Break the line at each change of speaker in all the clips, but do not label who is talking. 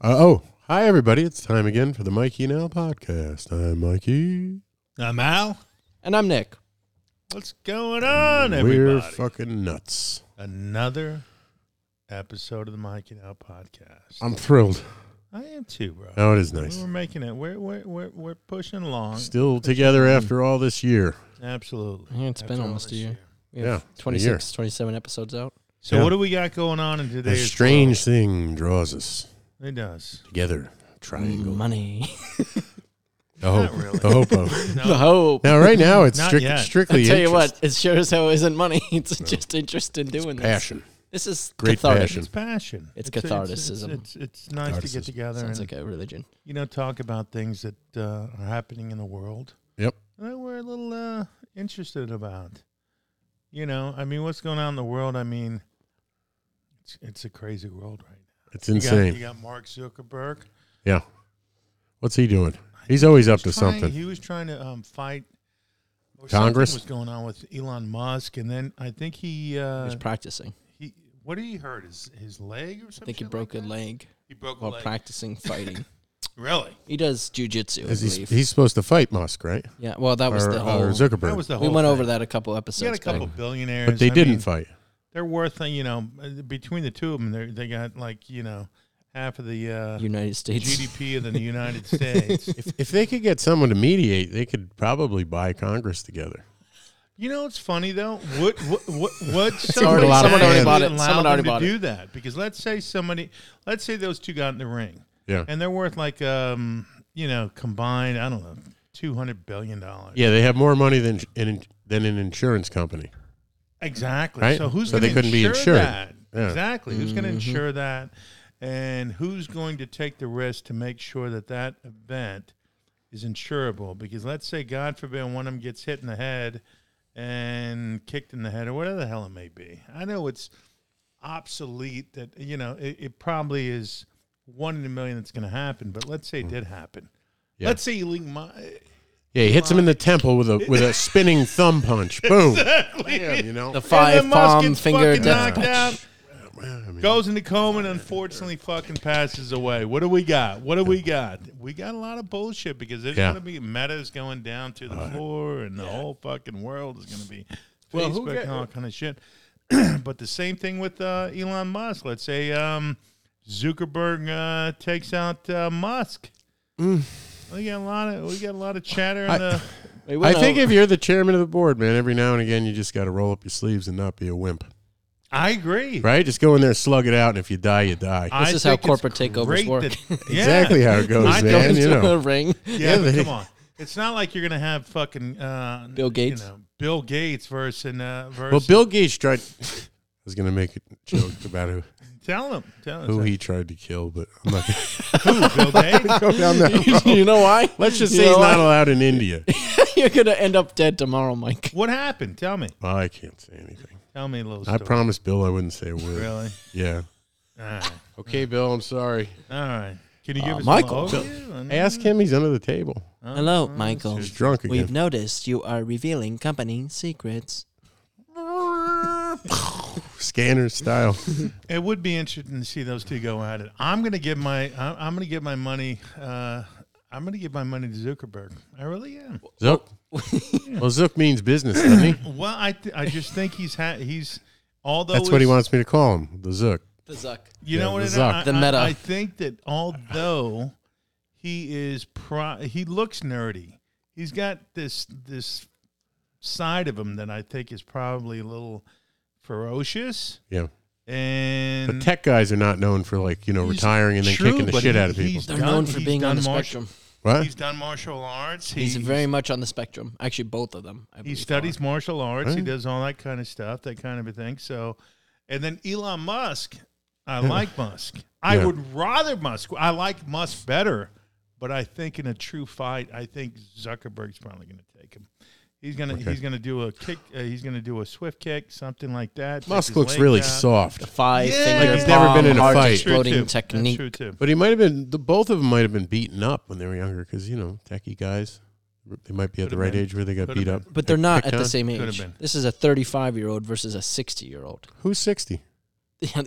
Uh, oh, hi everybody! It's time again for the Mikey Now podcast. I'm Mikey.
I'm Al.
And I'm Nick.
What's going on,
We're
everybody?
fucking nuts.
Another episode of the Mike and Al podcast.
I'm thrilled.
I am too, bro.
Oh, it is nice.
We're making it. We're we're we're, we're pushing along.
Still together after all this year.
Absolutely.
Yeah, it's been
After all
almost a
this
year. We
Yeah,
have
it's been a
26, 27 episodes out.
So
Yeah.
what do we got going on in
A
today's
strange thing draws us
world? It does.
together. Triangle.
Money.
The hope.
Mm, Not really.
The hopo.
the hope.
now, right now, it's
Not
strict,
yet.
strictly.
Tell you
interest.
what, it shows how it isn't money. It's just interest in doing this.
Passion.
This is
Great
cathartic.
passion.
It's passion.
It's
It's,
catharticism.
it's, it's nice to
Catharticism.
get together
Sounds
and
like a religion.
you know talk about things that uh, are happening in the world.
Yep.
that we're a little uh, interested about. You know, I mean, what's going on in the world? I mean, it's, it's a crazy world right now.
It's
You got-
insane.
You got, Mark Zuckerberg.
What's he doing? He's always up
He's
to
trying-
something.
He was trying to um, fight. or
Congress?
Something was going on with Elon Musk, and then I think he uh,
He's practicing.
he what did he hurt his his leg or something?
I think he broke a leg
He broke a
while
leg.
practicing fighting.
Really?
he does jujitsu, I
As he's,
believe.
he's supposed to fight Musk, right?
yeah, well, that was
or,
the
or
whole.
Zuckerberg.
That was the whole.
We went
thing.
over that a couple
You had
episodes
a couple
back.
billionaires,
but they
I
didn't
mean,
fight.
they're worth uh, you know uh, between the two of them they they got like you know half of the uh,
United States.
GDP of the United States.
If, if they could get someone to mediate, they could probably buy Congress together.
You know it's funny though? What what what, what
already-
somebody
someone already
bought it.
allow
Someone
them
already
to
bought it.
do that because let's say somebody let's say those two got in the ring
Yeah.
and they're worth like um you know combined I don't know two hundred billion dollars.
Yeah, they have more money than in, than an insurance company.
Exactly.
Right?
So who's
So
going to
they couldn't be insured.
that?
Yeah. Mm-hmm.
Exactly. Who's going to insure that? And who's going to take the risk to make sure that that event is insurable? Because let's say, God forbid, one of them gets hit in the head and kicked in the head, or whatever the hell it may be. I know it's obsolete. That you know, it, it probably is one in a million that's going to happen. But let's say it did happen.
Mm. Yeah.
Let's say Elon Musk.
Yeah, he hits him in the temple with a with a spinning thumb punch. Boom. Bam, you know.
The five palm finger
knocked
death punch.
out.
I mean,
Goes into coma and unfortunately fucking passes away. What do we got? What do we got? We got a lot of bullshit because there's
Yeah.
going to be metas going down to the floor and the whole fucking world is going to be
Well, who
Facebook
get-
and all kind of shit. but the same thing with uh, Elon Musk. Let's say um, Zuckerberg uh, takes out uh, Musk. We got a lot of we got a lot of chatter in
Mm. I-
the
We
I
went
think
over-
if you're the chairman of the board, man, every now and again you just got to roll up your sleeves and not be a wimp,
I agree.
right? Just go in there, slug it out, and if you die, you die.
I
This is how
think it's
corporate takeovers
great
work.
that- Uh, Yeah.
exactly how it goes,
I think
man. You
the
know,
ring.
Yeah,
Yeah,
but
they-
come on. It's not like you're gonna have fucking uh,
Bill Gates?
You know, Bill Gates versus uh, versus.
well, Bill Gates tried. I was gonna make a joke about who,
tell him, tell him
who he tried to kill, but I'm not gonna
Bill Gates.
go down that. road.
you know why?
Let's just
You
say he's
know
not
why?
allowed in India.
You're gonna end up dead tomorrow, Mike.
What happened? Tell me,
Well, Oh, I can't say anything.
tell me a little
I
story.
promised Bill I wouldn't say a word.
Really?
Yeah.
All right,
Okay, Bill. I'm sorry.
all right. Can you give
Uh,
us
Michael.
A little overview?
Ask him. He's under the table.
Oh,
Hello,
oh,
Michael.
He's drunk again.
We've noticed you are revealing company secrets.
Scanner style.
It would be interesting to see those two go at it. I'm gonna give my I'm, I'm gonna give my money. Uh, I'm gonna give my money to Zuckerberg. I really am.
Zook. well, Zook means business, doesn't he?
Well, I th- I just think he's ha- he's although
That's what he
it's-
wants me to call him, the Zook.
The Zuck.
You
Yeah,
know what?
the
it is?
Zuck.
I,
The
I-
meta.
I, think that although he is pro, he looks nerdy. He's got this this side of him that I think is probably a little ferocious
Yeah.
and
But tech guys are not known for like you know
He's
retiring and then
true,
kicking the
but
shit
he-
out of people.
he's-
They're
Done-
known for
he's
being on
done
the
martial-
spectrum.
What?
He's done martial arts.
He's
He-
very much on the spectrum. Actually, both of them. I
he
believe,
studies martial arts. He
Right.
does all that kind of stuff, that kind of a thing. So, and then Elon Musk, I like Musk. I
Yeah.
would rather Musk. I like Musk better, but I think in a true fight, I think Zuckerberg's probably going to take him. He's gonna he's gonna do a kick. Uh, he's gonna do a swift kick, something like that. take
Musk
his
looks
leg
really
out.
are.
soft,
Five
Yeah.
finger
Like,
bomb,
he's never been
in a
heart
fight.
That's true,
exploding
too.
technique.
That's true too.
but he might have been. The both of them might have been beaten up when they were younger because you know techie guys, they might be at the
Could have
right
been.
age where they got
Could have
beat up.
been.
But they're not
Picked
at the
on?
same
Could have
age.
been.
This is a 35 year old versus a 60 year old.
Who's sixty?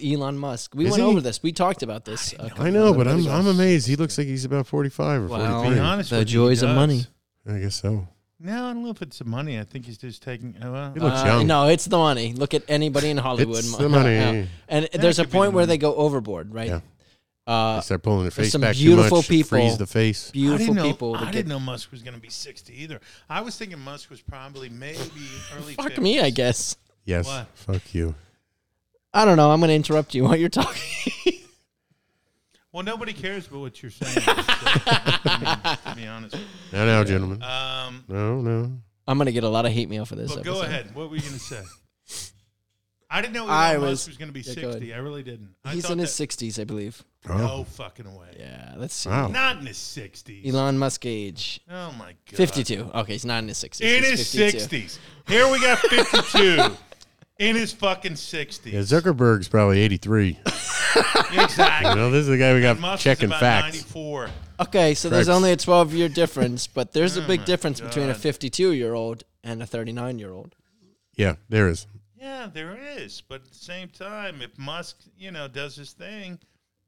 Elon Musk. We
Is
went
he?
over this. We talked about this. a couple
I know,
of
but I'm
episodes
I'm
ago.
amazed. He looks like he's about 45 or
Wow.
To be
43.
honest
the
with you, he
joys of
does.
money.
I guess so.
No, I don't know if it's the money. I think he's just taking. oh, Well,
He looks
Uh,
young.
No, it's the money. Look at anybody in Hollywood.
It's
Mo-
the money.
yeah. And
it
there's a
could be the
point where
money.
they go overboard, right?
Yeah.
Uh,
They start pulling their
there's
face
some
back
beautiful
too much,
people.
freeze the face.
I
beautiful
didn't know,
people.
I
that
didn't
get,
know Musk was going to be sixty either. I was thinking Musk was probably maybe early.
fuck
50s.
me, I guess.
Yes.
What?
Fuck you.
I don't know. I'm going to interrupt you while you're talking.
Well, nobody cares about what you're saying. so, I mean, to be honest, with
No, no, gentlemen.
you. um,
No, no.
I'm going to get a lot of hate mail for this.
but
episode.
go ahead. What were you going to say? I didn't know Elon
I was-
Musk was going to be
yeah, go
sixty. I really didn't. I
He's
thought
in his
that-
60s, I believe.
Oh.
No fucking way.
Yeah, let's see.
Wow.
Not in his sixties.
Elon Musk age.
Oh my god.
52. Okay, he's not in his 60s.
In
he's
his
52.
sixties. Here we got fifty-two. in his fucking sixties.
Yeah, Zuckerberg's probably 83.
Exactly.
you know, this is the guy we got
Musk is
checking
about
facts.
94.
Okay, so there's
Correct.
only a 12 year difference, but there's a big difference between a
Oh God.
52 year old and a 39 year old.
Yeah, there is.
Yeah, there is. But at the same time, if Musk, you know, does his thing,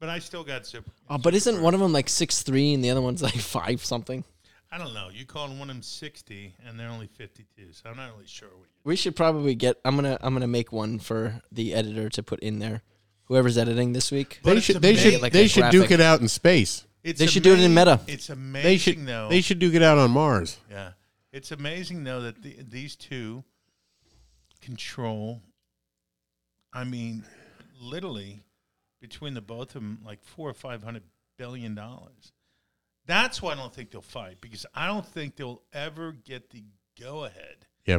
but I still got super.
Oh, but isn't one of them like six three and the other one's like five something?
I don't know. You called one of them 60, and they're only 52, so I'm not really sure what you.
We should probably get. I'm gonna. I'm gonna make one for the editor to put in there. Whoever's editing this week.
But
They
it's
should they
amazing-
should
Like a
they should duke
graphic.
it out in space.
It's
They should do it in
amazing-
meta.
It's amazing,
They should
though.
they should duke it out on Mars.
yeah. It's amazing, though, that the, these two control, I mean, literally between the both of them, like four or five hundred billion dollars. That's why I don't think they'll fight because I don't think they'll ever get the go ahead.
Yeah.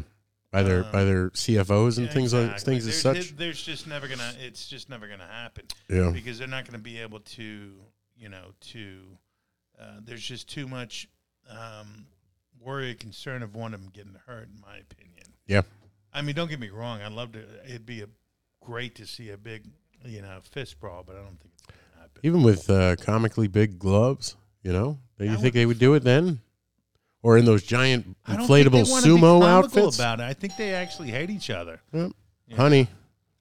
By their by their CFOs and
Uh, Yeah,
things like
exactly.
things as
There-
such.
there- There's just never gonna. It's just never gonna happen
Yeah.
because they're not gonna be able to. You know, to uh, there's just too much um, worry or concern of one of them getting hurt, in my opinion.
Yeah.
I mean, don't get me wrong. I'd love to. It'd be a, great to see a big, you know, fist brawl, but I don't think it's gonna happen.
Even with uh, comically big gloves, you know? Do you
I
think
would-
they would do it then? Or in those giant
I don't think they
inflatable
wanna be
sumo
comical
outfits?
About it, I think they actually hate each other.
Yep. Honey,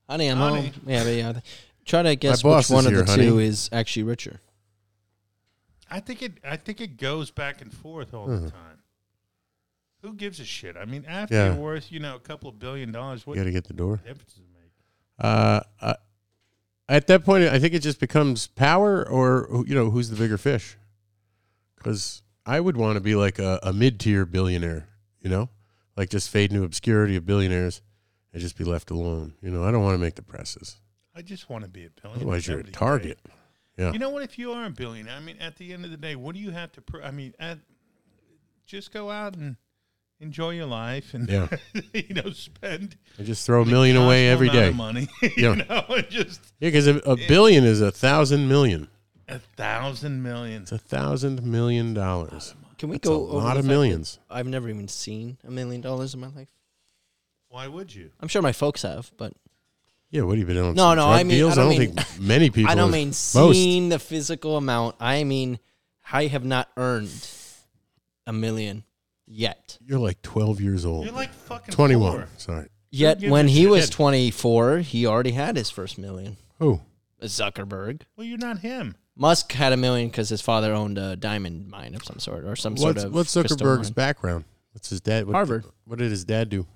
Honey, I'm
Honey.
home. Yeah, but yeah. Try to guess
boss is
which one of the
here, honey.
two is actually richer.
I think it. I think it goes back and forth all
Mm-hmm.
the time. Who gives a shit? I mean, after
Yeah.
you're worth, you know, a couple of billion dollars,
you
what
got to get the door.
difference does it make?
Uh, I- at that point, I think it just becomes power, or who- you know, who's the bigger fish? Because I would want to be like a, a mid-tier billionaire, you know, like just fade into obscurity of billionaires and just be left alone. You know, I don't want to make the presses.
I just want to be a billionaire.
Otherwise, you're a
That'd be
target.
great. You know what? If you are a billionaire, I mean, at the end of the day, what do you have to? Pr- I mean, at, just go out and enjoy your life, and
Yeah.
you know, spend
I just throw a million away every
constant amount
day.
of money.
Yeah.
you know, and just
Yeah, because a, a billion is a thousand million.
a thousand million.
It's a thousand million dollars.
Can we
That's a
go over the
lot
fact
of
that
millions.
I've never even seen a million dollars in my life.
Why would you?
I'm sure my folks have, but
Yeah, what have you been on?
No,
some
no,
drug
I mean- I
deals?
don't
I don't
mean-
think many people.
I don't
have-
mean
most.
seeing the physical amount. I mean I have not earned a million yet.
You're like 12 years old.
You're like fucking
21.
poor.
Sorry.
Yet
give
when
a
he
shit.
was 24, he already had his first million.
Who?
Zuckerberg.
Well, you're not him.
Musk had a million because his father owned a diamond mine of some sort or some
What's,
sort of.
what's
crystal
Zuckerberg's
mine.
background? What's his dad? What,
Harvard.
What did his dad do?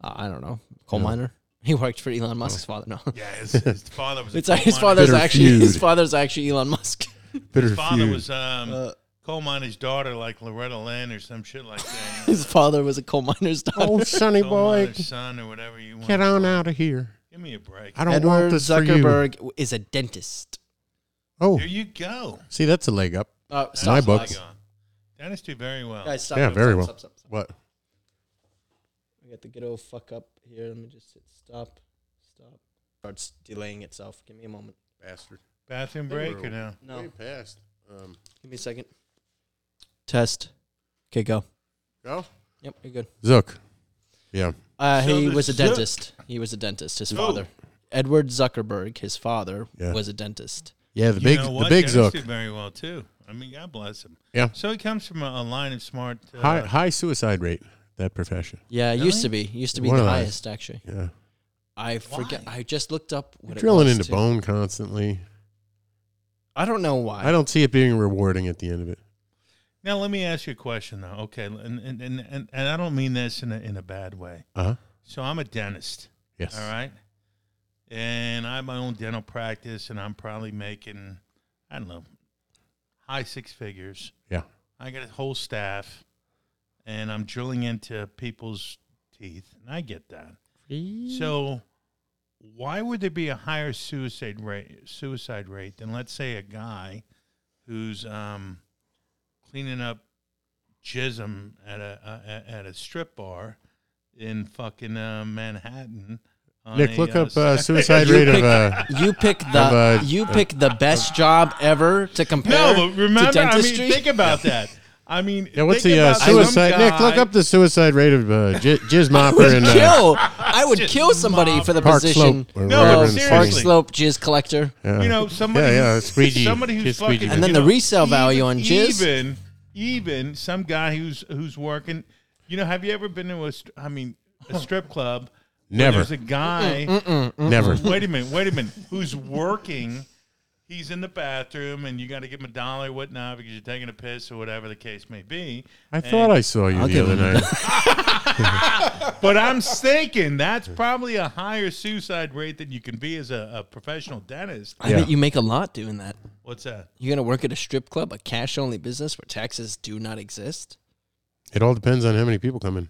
Uh, I don't know. Coal miner. He worked for Elon Musk's father. No,
Yeah, his, his father was. a
it's like
coal
his
miner.
father's
Oh. Bitter
actually his
feud.
father's actually Elon Musk.
Bitter
His father
feud.
was um,
Uh,
coal miner's daughter, like Loretta Lynn or some shit like that.
his father was a coal miner's daughter.
oh, sonny
coal
boy,
miner's son or whatever you want.
get
to
on
call
out of here.
it. Give me a break.
I don't want
Edward
this for you.
Zuckerberg w- is a dentist.
Oh,
There you go.
see, that's a leg up.
Uh,
My
stop,
books.
stop.
Gone. Dennis do very well.
Guys, stop.
Yeah,
stop,
very
stop,
well.
Stop, stop, stop.
What?
I got the good old fuck up here. Let me just hit stop. Stop. Starts delaying itself. Give me a moment.
Bastard.
Bathroom break or no?
No.
past. Um,
Give me a second. Test. Okay, go.
go.
Yep, you're good.
Zook. Yeah.
Uh,
So
he
the Oh.
was a
Zuck-
dentist. He was a dentist. His
Who?
father, Edward Zuckerberg, his father
Yeah.
was a dentist.
Yeah, the
You
big
know
the
what?
big
Dennis
Zook.
did very well too. I mean, God bless him.
Yeah.
So he comes from a, a line of smart. Uh,
High high suicide rate, that profession.
Yeah, it used to be. Used to be
One
the
of those.
highest actually.
Yeah.
I forget.
Why?
I just looked up what
You're
it
drilling
was
into
to-
bone constantly.
I don't know why.
I don't see it being rewarding at the end of it.
Now let me ask you a question though. Okay, and and and, and, and I don't mean this in a, in a bad way.
Uh huh.
So I'm a dentist,
Yes.
all right, and I have my own dental practice, and I'm probably making I don't know high six figures.
Yeah.
I got a whole staff, and I'm drilling into people's teeth, and I get that. So, why would there be a higher suicide rate suicide rate than let's say a guy who's um, cleaning up jism at a, a at a strip bar in fucking uh, Manhattan? on
Nick,
a,
look up uh,
Saturday-
suicide
You
rate of
pick-
uh,
You pick
Of,
the
uh,
you pick the best job ever to compare.
No, but remember,
to
I mean,
dentistry.
think about that. I mean,
yeah. What's
think
the uh,
about some
suicide? Nick, look
guy-
up the suicide rate of uh, j- jizz mopper
would
and uh,
kill. I would
Just
kill somebody for the
Park
position.
Slope or
No,
wherever
but
in the
seriously.
Park
city.
Slope jizz collector.
Yeah.
you know somebody
Uh, Yeah, yeah,
who-
squeegee.
somebody who's
Just squeegee.
fucking
And
then
you
the
know,
resale value on
even-
jizz?
even even some guy who's who's working you know have you ever been to a st- i mean a strip club where
Never.
there's a guy
Mm,
Never.
wait a minute wait a minute who's working he's in the bathroom and you got to give him a dollar or whatnot because you're taking a piss or whatever the case may be
I thought I saw you
I'll
the
give
other
him
night.
but i'm thinking that's probably a higher suicide rate than you can be as a, a professional dentist
I
Yeah.
bet you make a lot doing that.
what's that
You're gonna work at a strip club, a cash only business where taxes do not exist.
It all depends on how many people come in.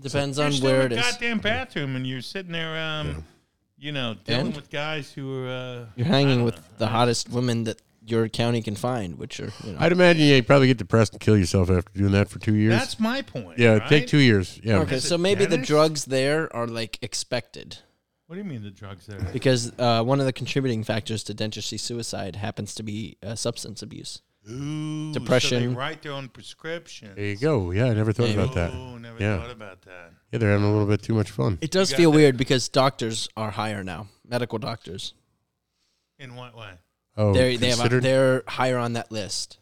Depends
You're
on
still
where
in
it
a
is.
goddamn bathroom, and you're sitting there, um, you know, dealing
And?
with guys who are. Uh,
You're hanging with the hottest women that your county can find, which are you know.
I'd imagine you probably get depressed and kill yourself after doing that for two years.
that's my point.
yeah,
right?
take two years. Yeah.
okay,
Is it
so maybe the
dentist?
drugs there are like expected
What do you mean the drugs there?
because uh, one of the contributing factors to dentistry suicide happens to be uh, substance abuse.
Ooh, So they
Depression.
write their own prescription.
There you go. Yeah, I never thought
Maybe.
about that.
Ooh, never
Yeah.
thought about that.
Yeah, they're having a little bit too much fun.
It does
got
feel
that.
weird because doctors are higher now, medical doctors.
In what way?
Oh,
They're, they have,
considered-
they're higher on that list.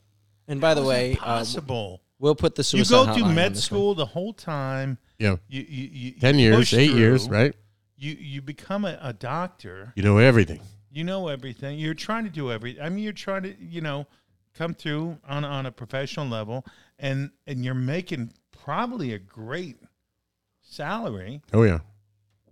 And by the way, uh,
possible.
we'll put the
you
suicide
go to
hotline on
med
this one.
school the whole time.
yeah,
You, you, you, you
ten years,
push
eight years,
through.
right?
You you become a, a doctor.
You know everything.
you know everything. You're trying to do everything. I mean, you're trying to, you know, come through on on a professional level, and and you're making probably a great salary.
Oh yeah,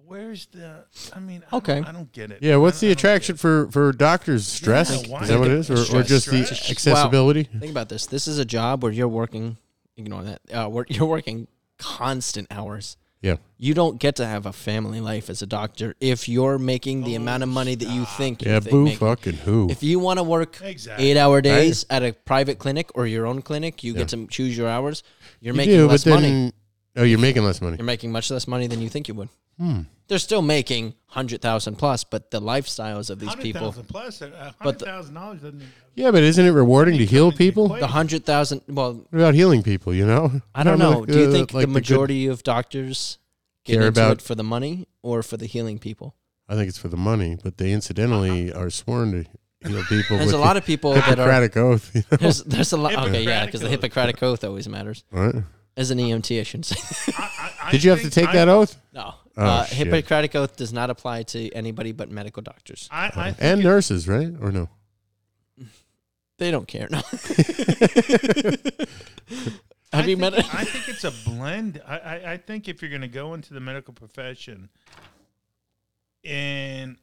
Where's the? I mean, I
Okay.
Don't, I don't get it.
yeah. What's the
I don't- I don't
attraction for for doctors? Stress?
Yeah, why
is that what it is, or, or
Stress.
just the
Stress.
accessibility?
Think about this. This is a job where you're working. Ignore that. Uh, where you're working constant hours.
Yeah,
You don't get to have a family life as a doctor if you're making the
Oh,
amount of money that you think.
yeah.
you think
Boo,
making.
fucking who?
If you want to work
get it. Exactly.
eight-hour days at a private clinic or your own clinic, you get to choose your hours. You're making less money.
oh, you're making less money.
You're making much less money than you think you would.
Hmm.
They're still making hundred thousand plus, but the lifestyles of these people,
100,000 plus a hundred
But the-
thousand dollars doesn't.
Yeah, but isn't it rewarding to heal
into
people?
equation.
What
the hundred thousand. Well,
about healing people? You know,
I don't know.
like,
Do you
uh,
think
like
the
good-
majority of doctors get
Care
into
about-
it for the money or for the healing people?
I think it's for the money, but they incidentally are sworn to heal people.
There's
with
a lot of people that are.
Hippocratic oath. You know?
There's, there's a lot. Okay, yeah, because the
Hippocratic
Hippocratic Oath always matters.
Right?
As an EMT, I shouldn't say.
I, I, I
Did you have to
think
take
I,
that oath?
no,
Oh,
uh,
shit.
Hippocratic Oath does not apply to anybody but medical doctors.
I, I think
And
it-
nurses, right? Or no?
They don't care. No.
I
Have you
think
met?
it- I think it's a blend. I, I, I think if you're going to go into the medical profession, and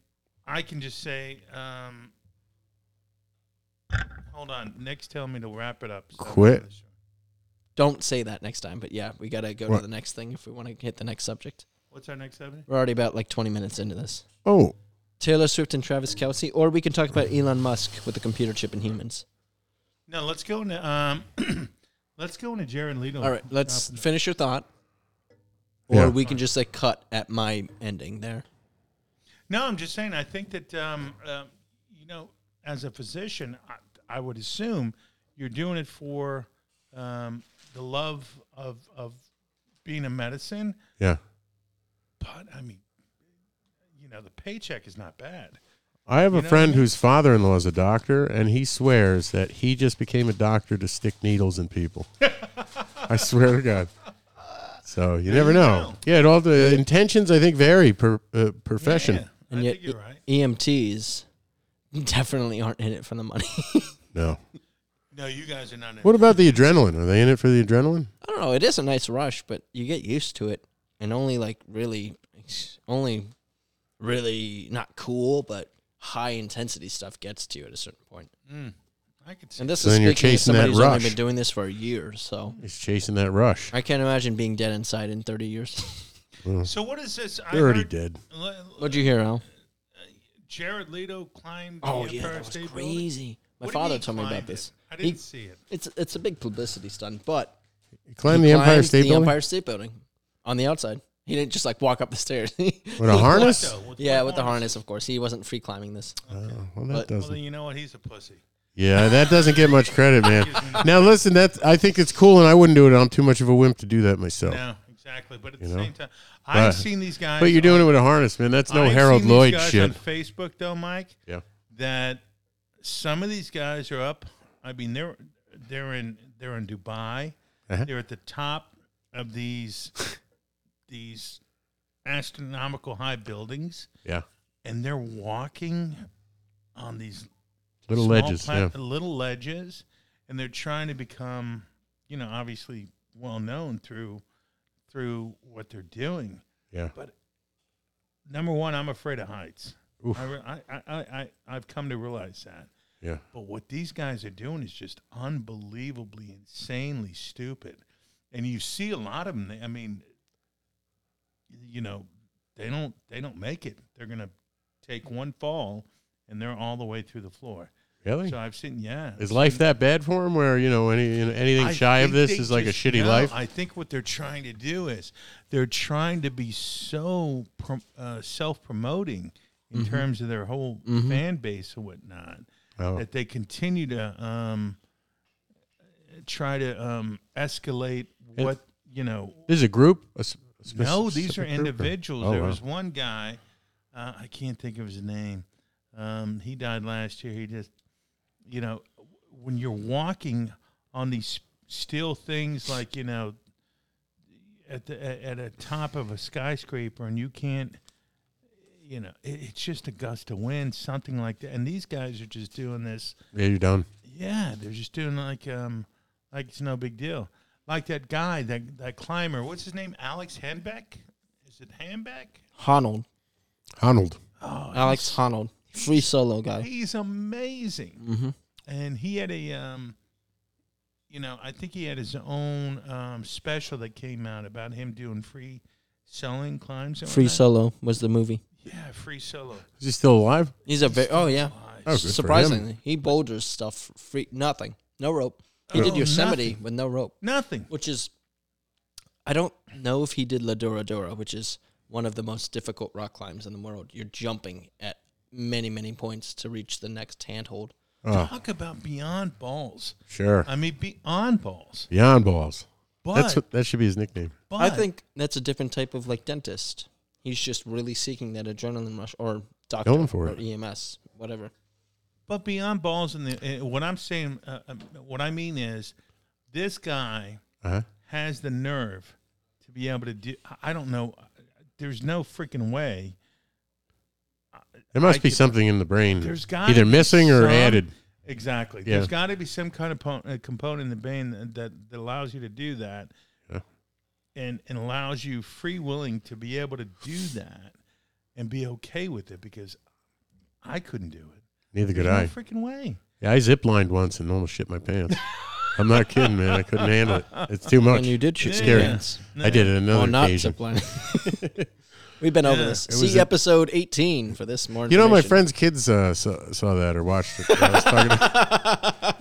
I can just say, um, hold on, Nick's telling me to wrap it up. so-
Quit.
don't say that next time. But yeah, we gotta go
What?
to the next thing if we want to hit the next subject.
What's our next subject?
We're already about like 20 minutes into this.
Oh,
Taylor Swift and Travis Kelsey, or we can talk about Elon Musk with the computer chip in humans.
No, let's go into um, let's go into Jared Leto.
All right, let's finish your thought, or
Yeah.
we can just like cut at my ending there.
No, I'm just saying. I think that um, um, you know, as a physician, I, I would assume you're doing it for um, the love of of being a medicine.
yeah.
But I mean, you know, the paycheck is not bad.
I have
You
a
know-
friend whose father in law is a doctor, and he swears that he just became a doctor to stick needles in people. I swear to God. So you
There
never
you
know.
go.
Yeah, it all the intentions I think vary per uh, profession.
Yeah,
And
I
yet-
think you're right.
EMTs E definitely aren't in it for the money.
No.
No, you guys are not. in
What about the adrenaline? Are they in it for the adrenaline?
I don't know. It is a nice rush, but you get used to it, and only like really, only really not cool, but high intensity stuff gets to you at a certain point.
Mm, I could see.
And this
So
is
then you're
speaking as
chasing that
somebody who's only
rush.
been doing this for a year, so
He's chasing that rush.
I can't imagine being dead inside in 30 years.
So what is this? I
They're already
heard-
dead.
le-
What'd you hear, Al?
Jared Leto climbed.
Oh
the
yeah,
Empire
that was
State Building?
crazy. My
What do you
father
mean
told me about
climbed it?
this.
I
He-
didn't see it.
It's it's a big publicity stunt, but
He climbed
he
the Empire
climbed
State
the
Building
Empire State Building on the outside. He didn't just like walk up the stairs.
with a harness.
What, though?
yeah, with the harness, of course. He wasn't free climbing this.
Oh, well, that
But-
Well, then
doesn't.
you know what? He's a pussy.
Yeah, that doesn't get much credit, man.
Excuse me.
Now listen, that I think it's cool, and I wouldn't do it. I'm too much of a wimp to do that myself.
No, exactly. But at the
You know?
same time, I've
But-
seen these guys.
But you're doing it with a harness, man. That's no
I've
Harold
seen these
Lloyd
guys
shit.
On Facebook, though, Mike.
Yeah.
That some of these guys are up. I mean, they're they're in they're in Dubai.
Uh-huh.
They're at the top of these these astronomical high buildings,
Yeah,
and they're walking on these
little
small
ledges.
pla-
Yeah,
little ledges, and they're trying to become, you know, obviously well known through through what they're doing.
yeah.
Number one, I'm afraid of heights.
Oof.
I, re- I, I, I, I- I've come to realize that.
Yeah.
But what these guys are doing is just unbelievably, insanely stupid. And you see a lot of them. They, I mean, you know, they don't they don't make it. They're gonna take one fall, and they're all the way through the floor.
Really?
So I've seen, yeah.
Is
I've
life
seen-
that bad for him? Where you know any you know, anything
I
shy of
think
this
they
is like a
just
shitty
know.
life?
I think what they're trying to do is they're trying to be so prom- uh, self-promoting in
Mm-hmm.
terms of their whole fan base and whatnot
oh,
that they continue to um, try to um, escalate
It-
what you know.
this is a group. A s- a spec-
No, these are
specific group, or-
individuals.
Oh,
there
wow.
was one guy, uh, I can't think of his name. Um, he died last year. He just, you know, when you're walking on these steel things, like you know, at the at at a top of a skyscraper, and you can't, you know, it, it's just a gust of wind, something like that. And these guys are just doing this.
Yeah, you're done.
Yeah, they're just doing like um like it's no big deal. Like that guy, that that climber, what's his name? Alex Hanbeck? Is it Hanbeck?
Honnold,
Honnold.
Oh,
Alex Honnold, free solo guy.
he's, he's amazing.
Mm-hmm.
And he had a um you know, I think he had his own um special that came out about him doing free selling climbs. and
Free
whatnot.
solo was the movie.
Yeah, free solo.
Is he still alive?
He's a very oh yeah,
Lies.
Oh, good for him.
surprisingly he boulders stuff free nothing, no rope. He
Oh,
did Yosemite
nothing.
with no rope,
Nothing.
which is I don't know if he did La Dura Dura, which is one of the most difficult rock climbs in the world. You're jumping at many many points to reach the next handhold.
Oh,
Talk about beyond balls.
sure.
I mean beyond balls.
Beyond balls.
But,
That's what, that should be his nickname.
but
I think that's a different type of like dentist. He's just really seeking that adrenaline rush or doctor
Going for
or
it.
EMS, whatever.
But beyond balls, and the, uh, what I'm saying, uh, um, what I mean is, this guy
Uh huh.
has the nerve to be able to do. I- I don't know. There's no freaking way.
There must
I
be
could-
something in the brain,
There's got
either missing or added.
Exactly.
Yeah.
There's got to be some kind of po- uh, component in the brain that, that, that allows you to do that,
Yeah.
and and allows you free willing to be able to do that, and be okay with it because I couldn't do it.
Neither could
There's
I.
no freaking way.
Yeah, I ziplined once and almost shit my pants. I'm not kidding, man. I couldn't handle it. It's too much.
And you did shoot
It's
some
scary.
guns.
I did it another
Well, not
occasion.
ziplining. We've been over
Yeah,
this.
it was
See
a-
episode 18 for this more.
You know, my
information.
friend's kids uh, saw, saw that or watched it. I, was talking to- I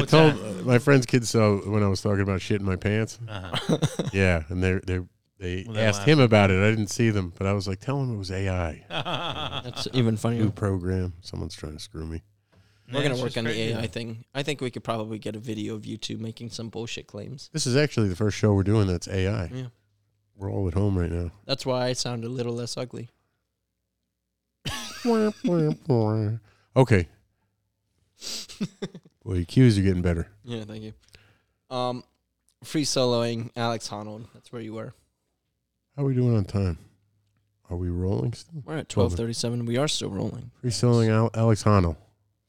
What's
told
that?
uh, my friend's kids saw when I was talking about shit in my pants.
Uh-huh.
Yeah, and they they they
Well, they
asked
laughed.
him about it. I didn't see them, but I was like, tell him it was AI,
Oh.
That's even funnier.
new program. Someone's trying to screw me.
We're
That's
going to work
just
on the
crazy.
AI thing. I think we could probably get a video of you two making some bullshit claims.
This is actually the first show we're doing that's AI.
Yeah.
We're all at home right now.
That's why I sound a little less ugly.
okay. Well, your cues are getting better.
Yeah, thank you. Um, free soloing, Alex Honnold. That's where you were.
How are we doing on time? Are we rolling still?
We're at
Twelve.
twelve thirty seven. We are still rolling.
Pre-selling Al- Alex Honnold.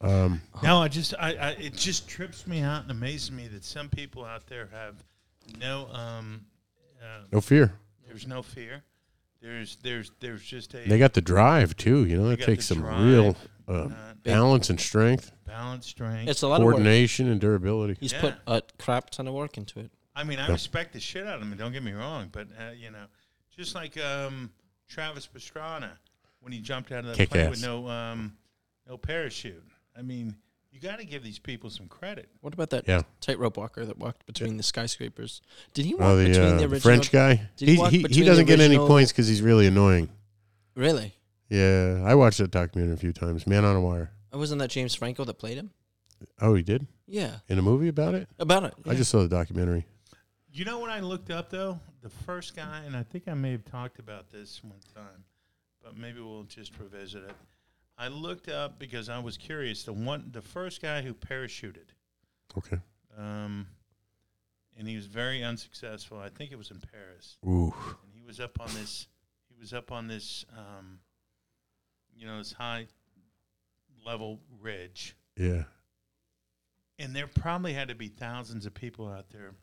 Um,
No, I just I, I it just trips me out and amazes me that some people out there have no um uh,
no fear.
there's no fear. There's there's there's just a
They got the drive too. You know,
They
that
got
takes
the
some
drive,
real uh,
uh,
balance and strength,
balance strength.
It's a lot of work.
coordination and durability.
He's
Yeah.
put a crap ton of work into it.
I mean, I respect the shit out of him. Don't get me wrong, but uh, you know, just like um, Travis Pastrana when he jumped out of the
Kick
plane
ass.
with no um, no parachute. I mean, you got to give these people some credit.
What about that
Yeah.
tightrope walker that walked between the skyscrapers? Did he walk
Oh, the,
between
uh,
the
the
original
French guy.
Did he
He,
walk
he, he
between the
doesn't get any
original-
points because he's really annoying.
Really?
Yeah, I watched that documentary a few times. Man on a Wire.
Uh, Wasn't that James Franco that played him?
Oh, he did
Yeah.
in a movie about it.
About it.
I
yeah.
just saw the documentary.
You know what I looked up though? The first guy, and I think I may have talked about this one time, but maybe we'll just revisit it. I looked up because I was curious. The one, the first guy who parachuted,
Okay.
um, and he was very unsuccessful. I think it was in Paris.
Ooh.
and he was up on this he was up on this um, you know this high level ridge
Yeah.
and there probably had to be thousands of people out there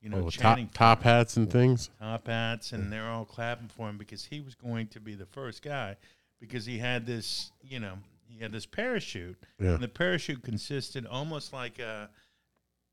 you know
oh, top
chanting
top hats and things.
top hats and they're all clapping for him because he was going to be the first guy because he had this you know he had this parachute
Yeah.
and the parachute consisted almost like a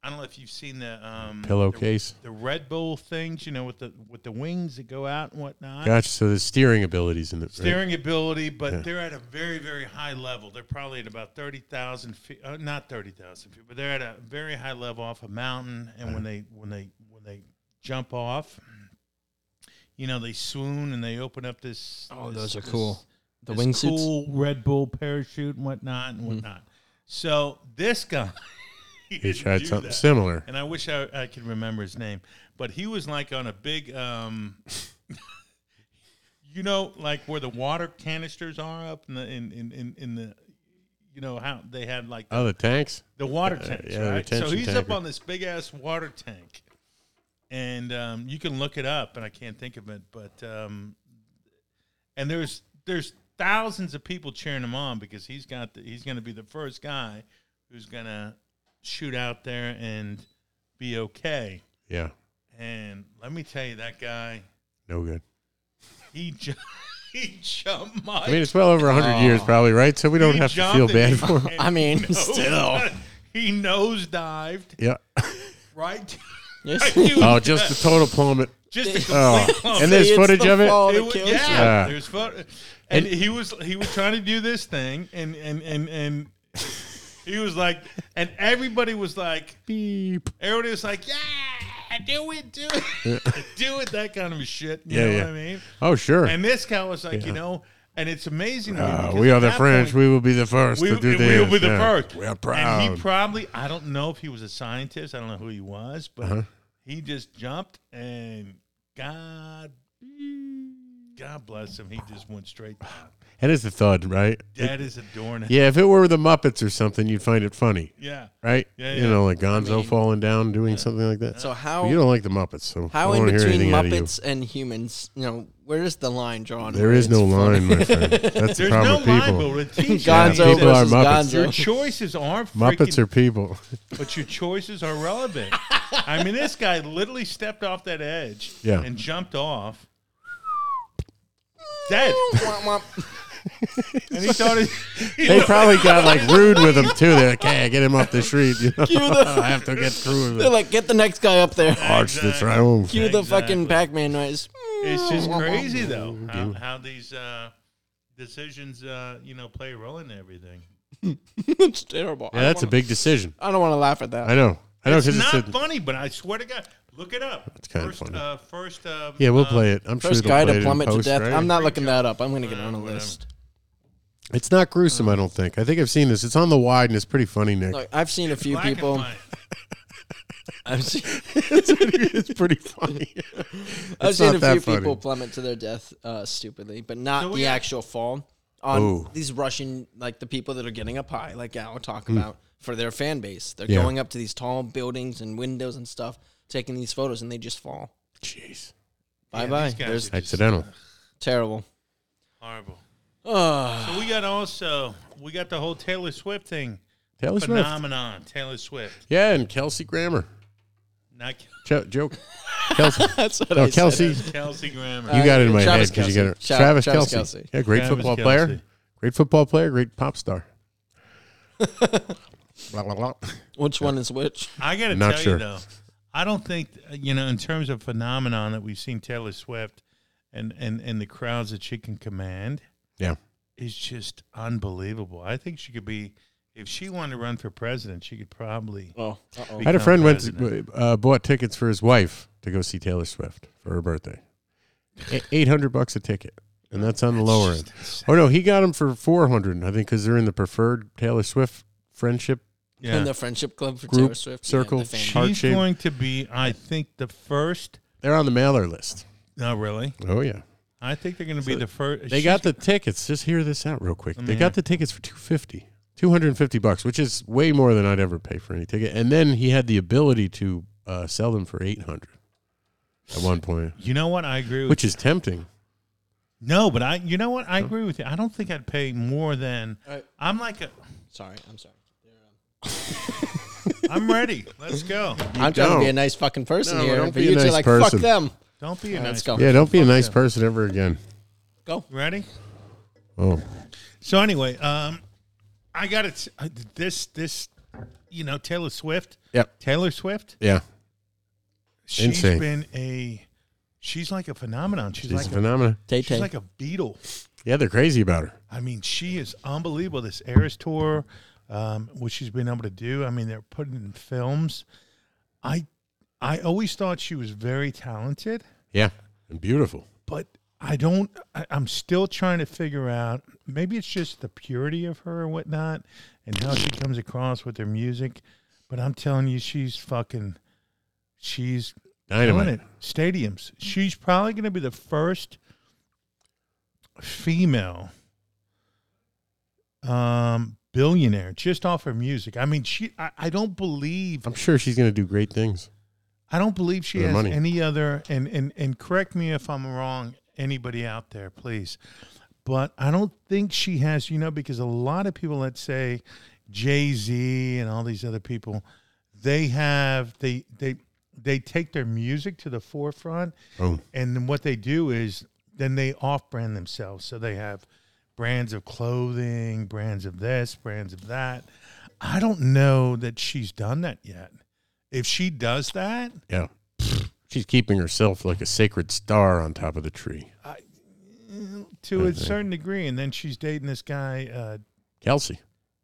I don't know if you've seen the um,
Pillowcase.
the, the Red Bull things, you know, with the with the wings that go out and whatnot.
Gotcha. So the steering abilities in it. right?
steering ability, but
Yeah.
they're at a very, very high level. They're probably at about 30,000 feet, uh, not 30,000 feet, but they're at a very high level off a mountain. And
Uh-huh.
when they, when they, when they jump off, you know, they swoon and they open up this.
Oh,
this-
those are
this-
cool. The
this
wingsuits.
Cool Red Bull parachute and whatnot and whatnot. So this guy, he,
Mm-hmm. He
didn't
tried
do
something
that.
similar.
And I wish I, I could remember his name, but he was like on a big, um, you know, like where the water canisters are up in the in in in, in the, you know how they had like the,
Oh, the tanks.
water
uh,
tanks,
yeah, the
right? So
retention
he's up
tanker.
on this big ass water tank, and um, you can look it up, and I can't think of it, but um, and there's there's thousands of people cheering him on because he's got the, he's going to be the first guy who's going to shoot out there and be okay.
Yeah.
And let me tell you, that guy,
No good.
he ju- he jumped my.
I mean, it's well over hundred
Oh.
years, probably, right? So we don't
he
have to
jumped
feel
and
bad
he-
for him.
and
I mean,
he nose-
still.
he nosedived
Yeah.
right.
Yes.
Oh, just the total plummet.
just a complete
Oh,
clump.
and there's
It's
footage
the
of it.
fall that
It wa-
kills
yeah,
you.
Yeah.
there's photo, and,
And-
he was he was trying to do this thing, and and and and he was like, and everybody was like,
Beep.
everybody was like, yeah, do it, do it, do it, that kind of shit. You
Yeah,
know
yeah.
what I mean?
Oh, sure.
And this guy was like, you know, and it's amazing. to me
Uh,
because
we
at
are the
that
French.
point-
we will be the first
we,
to do
we
this.
will be the
Yeah.
first.
We are proud.
And he probably, I don't know if he was a scientist. I don't know who he was, but
Uh-huh.
he just jumped and God, God bless him. He just went straight. down.
and it's the thud, right?
That is adorning. Yeah.
Yeah, if it were the Muppets or something, you'd find it funny,
yeah.
right?
Yeah,
you
yeah.
know, like Gonzo
mean-
falling down doing something like that.
So
But you
how
don't like the Muppets, so I
how
don't
in
want to hear
between
anything out of you.
Muppets and humans, you know, where is the line drawn?
There
where
is
it's
no
funny?
line, my friend. That's the
There's
problem
no
with
line, but
people.
with a t-shirt,
Gonzo
people are
versus
Muppets.
Your
Gonzo.
choices are freaking,
Muppets are people.
but your choices are relevant. I mean, this guy literally stepped off that edge
Yeah.
and jumped off. Dead.
Womp womp.
And he thought it, he
They probably got like rude with him too. They're like, "Hey, get him off the street." You know? I have to get through
They're
the
like, get the next guy up there.
arch to triumph.
Cue the
Exactly.
fucking Pac-Man noise.
It's just crazy though how, how these uh, decisions uh, you know play a role in everything.
it's terrible. I
Yeah,
don't
that's a
wanna-
big decision.
I don't want to laugh at that.
I know. I know
It's
because
not
it's. A,
funny, but I swear to God, look it up. It's
kinda
first,
funny.
Uh, first, um,
yeah, we'll
um,
play it. I'm sure
First
they'll
guy
play it
to
in
plummet to
post,
death.
right?
I'm not looking that up. I'm gonna get it on a
whatever.
list.
It's not gruesome, I don't think. I think I've seen this. It's on the wide and it's pretty funny, Nick.
Look, I've seen a few
black and
people.
white.
I've seen,
it's pretty funny.
I've seen
not
a
that
few
funny.
people plummet to their death uh, stupidly, but not
So we
the
got-
actual fall. On
Ooh.
these Russian, like the people that are getting up high, like Al talk about for their fan base, they're
Hmm. Yeah.
going up to these tall buildings and windows and stuff, taking these photos, and they just fall.
Jeez.
Bye
Yeah,
bye.
these guys
There's
are just
Accidental.
terrible.
Horrible.
Oh,
So we got also we got the whole Taylor Swift thing
Taylor Swift.
phenomenon. Taylor Swift,
Yeah, and Kelsey Grammer.
not
Jo- joke. Kelsey.
that's what
No,
I said.
Kelsey.
Kelsey Grammer.
You got it in my
Travis
head because you
Kelce.
got it.
Tra-
Travis,
Travis
Kelsey.
Kelce.
Yeah, great
Travis
football
Kelce.
player. Great football player. Great pop star. Blah, blah, blah.
Which one is which?
I got to
Not
tell
sure.
you though, I don't think you know in terms of phenomenon that we've seen Taylor Swift and and and the crowds that she can command
Yeah.
is just unbelievable. I think she could be if she wanted to run for president, she could probably.
Oh, uh-oh.
I had a
become
friend went to,
president.
uh, bought tickets for his wife to go see Taylor Swift for her birthday. E- Eight hundred bucks a ticket, and that's on the lower end. Oh no, he got them for four hundred, I think, because they're in the preferred Taylor Swift friendship.
Yeah.
in the friendship club for
Group,
Taylor Swift.
circle,
yeah, the fan.
heart
She's
shape.
going to be, I think, the first.
They're on the mailer list.
No, really.
Oh yeah,
I think they're going to be
So
the first.
they got the tickets. Just hear this out real quick.
Let
They
me
got the
hear.
tickets for 250 250 bucks, which is way more than I'd ever pay for any ticket. And then he had the ability to uh, sell them for eight hundred at one point,
You know what? I agree with
which is tempting.
No, but I. You know what? I agree with you. I don't think I'd pay more than.
I-
I'm like a.
Sorry, I'm sorry.
I'm ready. Let's go.
I'm trying to be
don't.
a nice fucking person
No,
here,
don't
but
be a
you two are
nice
like
person.
fuck them.
Don't be a
All right,
nice.
let's go.
Yeah, don't be a nice person ever again.
Go.
Ready?
Oh.
So anyway, um, I got it. This this, you know, Taylor Swift.
Yep.
Taylor Swift.
Yeah.
She's
Insane.
been a. She's like a phenomenon. She's,
She's
like
a
a.
phenomenon.
Tay
She's
Tay.
like a beetle.
Yeah, they're crazy about her.
I mean, she is unbelievable. This Eras tour, um, what she's been able to do. I mean, they're putting it in films. I, I always thought she was very talented,
Yeah. And beautiful.
but I don't. I, I'm still trying to figure out. Maybe it's just the purity of her and whatnot, and how she comes across with her music. But I'm telling you, she's fucking. She's doing
Dynamite.
it. Stadiums. She's probably going to be the first female um, billionaire just off her music. I mean, she. I, I don't believe.
I'm sure she's going to do great things.
I don't believe she
For the
has
money.
any other. And and and correct me if I'm wrong. Anybody out there, please. But I don't think she has. You know, because a lot of people that say Jay Z and all these other people, they have they they they take their music to the forefront
Oh,
and then what they do is then they off brand themselves. So they have brands of clothing, brands of this, brands of that. I don't know that she's done that yet. If she does that,
yeah. She's keeping herself like a sacred star on top of the tree.
to a certain degree, and then she's dating this guy, uh,
Kelsey.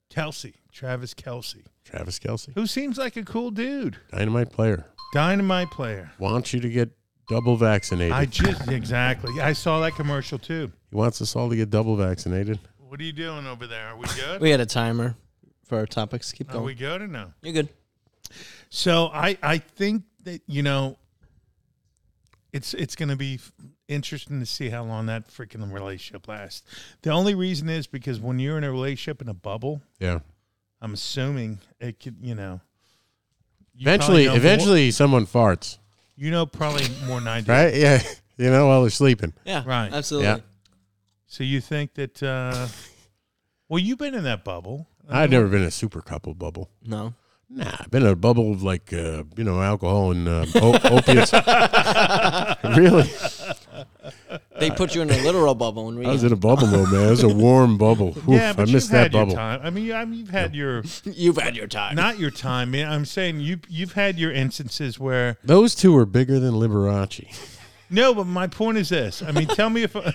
Kelsey, Travis Kelsey,
Travis Kelsey.
who seems like a cool dude.
Dynamite player.
Dynamite player.
Wants you to get double vaccinated.
I just, exactly. I saw that commercial too.
he wants us all to get double vaccinated.
What are you doing over there? Are we good?
We had a timer for our topics. Keep
Are
going.
Oh, we good or no?
You're good.
So I I think that you know it's it's going to be f- interesting to see how long that freaking relationship lasts. The only reason is because when you're in a relationship in a bubble,
Yeah.
I'm assuming it could you know you probably
Eventually,
know more-
eventually someone farts,
you know probably more than I do.
right? Yeah. You know, while they're sleeping.
Yeah.
Right.
Absolutely.
Yeah.
So you think that uh well you've been in that bubble.
I've never been in a super couple bubble.
No.
Nah, I've been in a bubble of like uh, you know alcohol and uh, o- opiates. really,
They put you in a literal bubble when we
I was in a bubble though, man. It was a warm bubble. Oof,
yeah,
I
but
missed
you've had
that bubble.
your time. I mean, you- I mean, you've had your
You've had your time.
not your time. man. I'm saying you you've had your instances where
Those two were bigger than Liberace.
No, but my point is this. I mean, tell me if
Why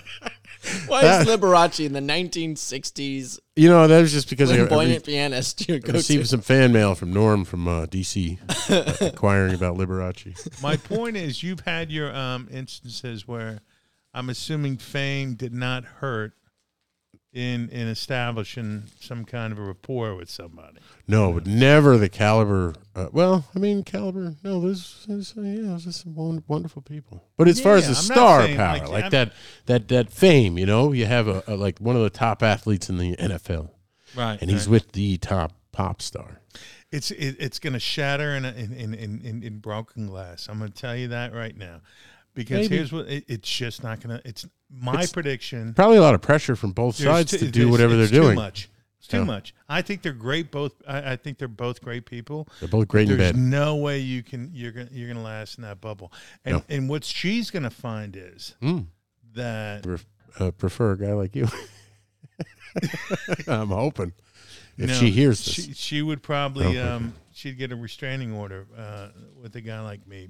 is Liberace in the 1960s
You know, that was just because I, I, re-
flamboyant pianist you
I
go
received
to?
some fan mail from Norm from uh, DC uh, inquiring about Liberace.
my point is you've had your um, instances where I'm assuming fame did not hurt in in establishing some kind of a rapport with somebody.
No, but never the caliber. Uh, well, I mean, caliber. No, there's, there's uh, yeah, there's just some won- wonderful people. But as far as
Yeah,
the
I'm not
star
saying,
power,
like,
like,
I'm-
that, that, that fame. You know, you have a, a like one of the top athletes in the NFL,
Right.
and he's with the top pop star.
it's it, it's going to shatter in, a, in, in in in in broken glass. I'm going to tell you that right now. Because
Maybe.
here's what it, it's just not gonna. It's my
It's-
prediction.
Probably a lot of pressure from both
There's
sides
too-
to do
there's-
whatever they're
it's Too
doing.
much. It's too
Yeah.
much. I think they're great. Both. I, I think they're both great people.
They're both great in
There's
bed.
no way you can. You're gonna. You're gonna last in that bubble. And
No.
and what she's gonna find is
Mm.
that
Pref- uh, prefer a guy like you. I'm hoping if
no,
she hears this,
she, she
I
would
don't
probably
think
um, she'd get a restraining order uh, with a guy like me.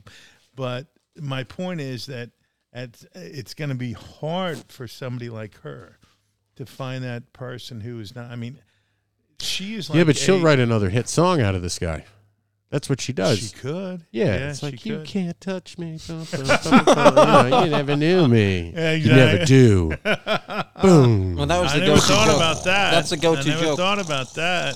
But my point is that at, it's going to be hard for somebody like her to find that person who is not. I mean, she is like
yeah, but she'll
a-
write another hit song out of this guy. That's what she does.
She could.
yeah, it's
she
like you
could.
can't touch me. Bum, bum, bum, bum. you, know, you never knew me. You never
Exact-
do. Boom.
Well, that was
I
the
never
go-to
thought
joke.
about that.
That's a
I
go-to
never
joke.
thought about that.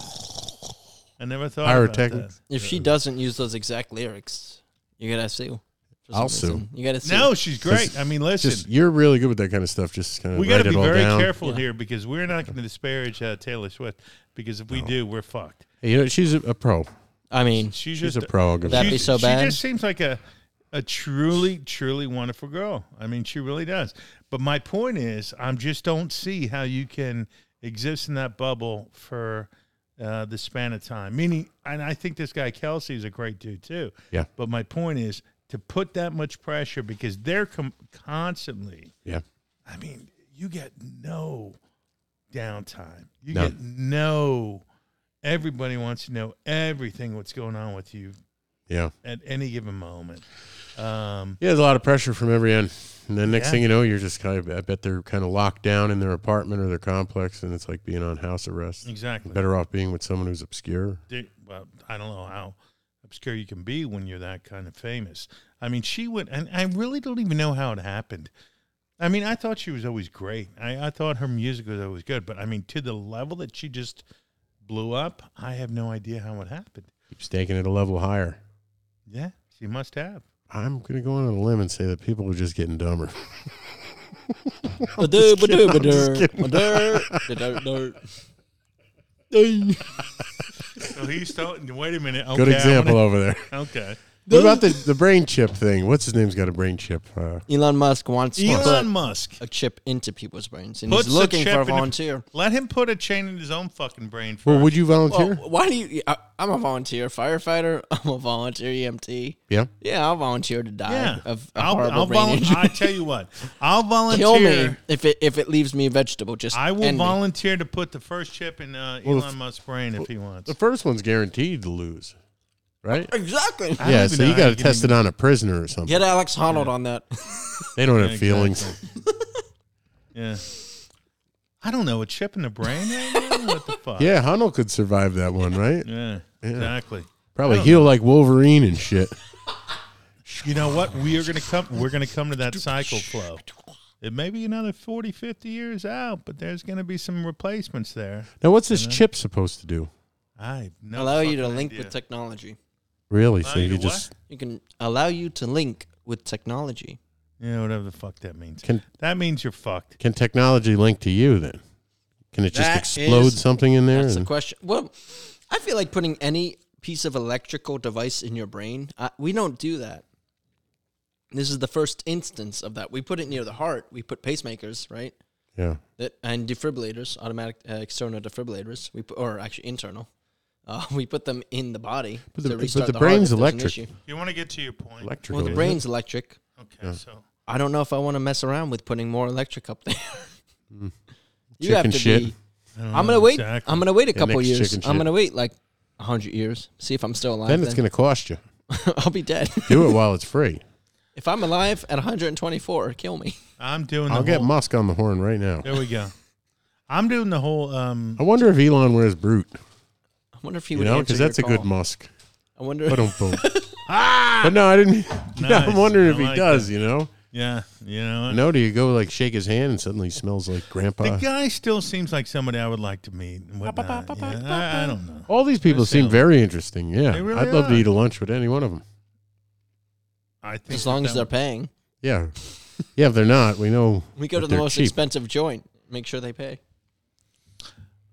I never thought about
Pyrotechnics.
If she doesn't use those exact lyrics, you gotta sue. for some
I'll sue.
reason. You gotta
that.
sue.
No, she's great. I mean, listen.
Just you're really good with that kind of stuff. Just kind of
we
got to
be
all
very
down.
careful
Yeah.
here because we're not going to disparage uh, Taylor Swift because if we do, we're fucked.
Hey, you know, she's a, a pro.
I mean,
She's
She's
just
a pro. I'll give her-
That'd
she-
be so bad.
She just seems like a a truly truly wonderful girl. I mean, she really does. But my point is, I just don't see how you can exist in that bubble for uh, the span of time. Meaning, and I think this guy Kelsey is a great dude too.
Yeah.
But my point is to put that much pressure because they're com- constantly.
yeah.
I mean, you get no downtime. You
No.
get no. Everybody wants to know everything what's going on with you
Yeah.
at any given moment. Um,
Yeah, there's a lot of pressure from every end. And then next
Yeah.
thing you know, you're just kind of, I bet they're kind of locked down in their apartment or their complex, and it's like being on house arrest.
exactly.
Better off being with someone who's obscure.
They- Well, I don't know how obscure you can be when you're that kind of famous. I mean, she went, and I really don't even know how it happened. I mean, I thought she was always great. I, I thought her music was always good, but I mean, to the level that she just blew up, I have no idea how it happened.
Keeps taking it a level higher.
Yeah, she must have.
I'm going to go on a limb and say that people are just getting dumber.
Ba-doo, ba-doo,
I'm just
ba-doo,
kidding.
ba-doo, ba-doo, ba-doo.
So he's starting. Wait a minute. Okay,
Good
I
example
wanna-
over there.
okay.
What about the, the brain chip thing? What's his name's got a brain chip? Uh,
Elon Musk wants to put
Elon Musk.
a chip into people's brains, and
Puts
he's
a
looking
chip
for a
in a-
volunteer.
Let him put a chain in his own fucking brain. First.
well, would you volunteer?
Well, why do you? I, I'm a volunteer firefighter. I'm a volunteer E EMT.
yeah.
Yeah, I'll volunteer to die
Yeah,
of a
I'll,
horrible
I'll
brain
volun-
injury.
I tell you what, I'll volunteer.
Kill me if it if it leaves me vegetable. Just
I will
end me.
volunteer to put the first chip in uh,
Well, the
Elon
f-
Musk's brain if he wants.
The first one's guaranteed to lose, right?
Exactly.
I don't
yeah,
even
so
know
you
how
got to
can
test
even-
it on a prisoner or something.
Get Alex Honnold on that.
They don't have
Yeah,
feelings.
Yeah. I don't know a chip in the brain. Right now? what the fuck?
Yeah, Hunnell could survive that one, right?
Yeah, Exactly.
Probably heal like Wolverine and shit.
You know what? We are gonna come. We're gonna come to that cycle flow. It may be another 40, 50 years out, but there's gonna be some replacements there.
Now, what's this chip supposed to do?
I have no
allow you to
fucking
link
idea.
with technology.
Really? So
Uh,
you
you know
just
You can allow you to link with technology.
Yeah, whatever the fuck that means.
Can-
that means you're fucked.
can technology link to you then? Can it just
That
explode
is-
something in there?
That's the
and-
question. Well, I feel like putting any piece of electrical device in your brain. I, we don't do that. This is the first instance of that. We put it near the heart. We put pacemakers, right?
yeah.
That and defibrillators, automatic uh, external defibrillators. We put, or actually internal. Uh, we put them in the body
But the-
to
but
restart
the
the, heart
brain's
if there's an
electric.
issue.
You want to get to your point.
Electrical.
Well, the
isn't it?
brain's electric.
Okay,
Yeah.
so
I don't know if I want to mess around with putting more electric up there. you
Hmm. Chicken
have to
shit.
be. I'm gonna wait. I'm gonna wait a
It
couple
makes
years.
chicken
I'm
shit.
gonna wait like hundred years. See if I'm still alive.
Then it's going to cost you.
I'll be dead.
Do it while it's free.
if I'm alive at 124, kill me.
I'm doing. The
I'll get
whole-
Musk on the horn right now.
There we go. I'm doing the whole. Um,
I wonder if Elon wears brute.
I wonder if he
You
would
know,
answer
because that's a
your
good
call.
Musk.
I wonder.
But But no, I didn't. Yeah, I'm
Nice.
wondering
I
if he
like
does. You know.
yeah, you know.
No, do you go like shake his hand and suddenly he smells like
The
grandpa?
guy still seems like somebody I would like to meet. And whatnot. Yeah, I, I don't know.
All these people
They're
seem
sound.
very interesting. Yeah,
They really
I'd love to
are.
eat a lunch with any one of them.
I think
as long
that
as they're
that-
paying,
Yeah, yeah. If they're not, we know.
we go
But
to the
they're
most
cheap.
expensive joint. Make sure they pay.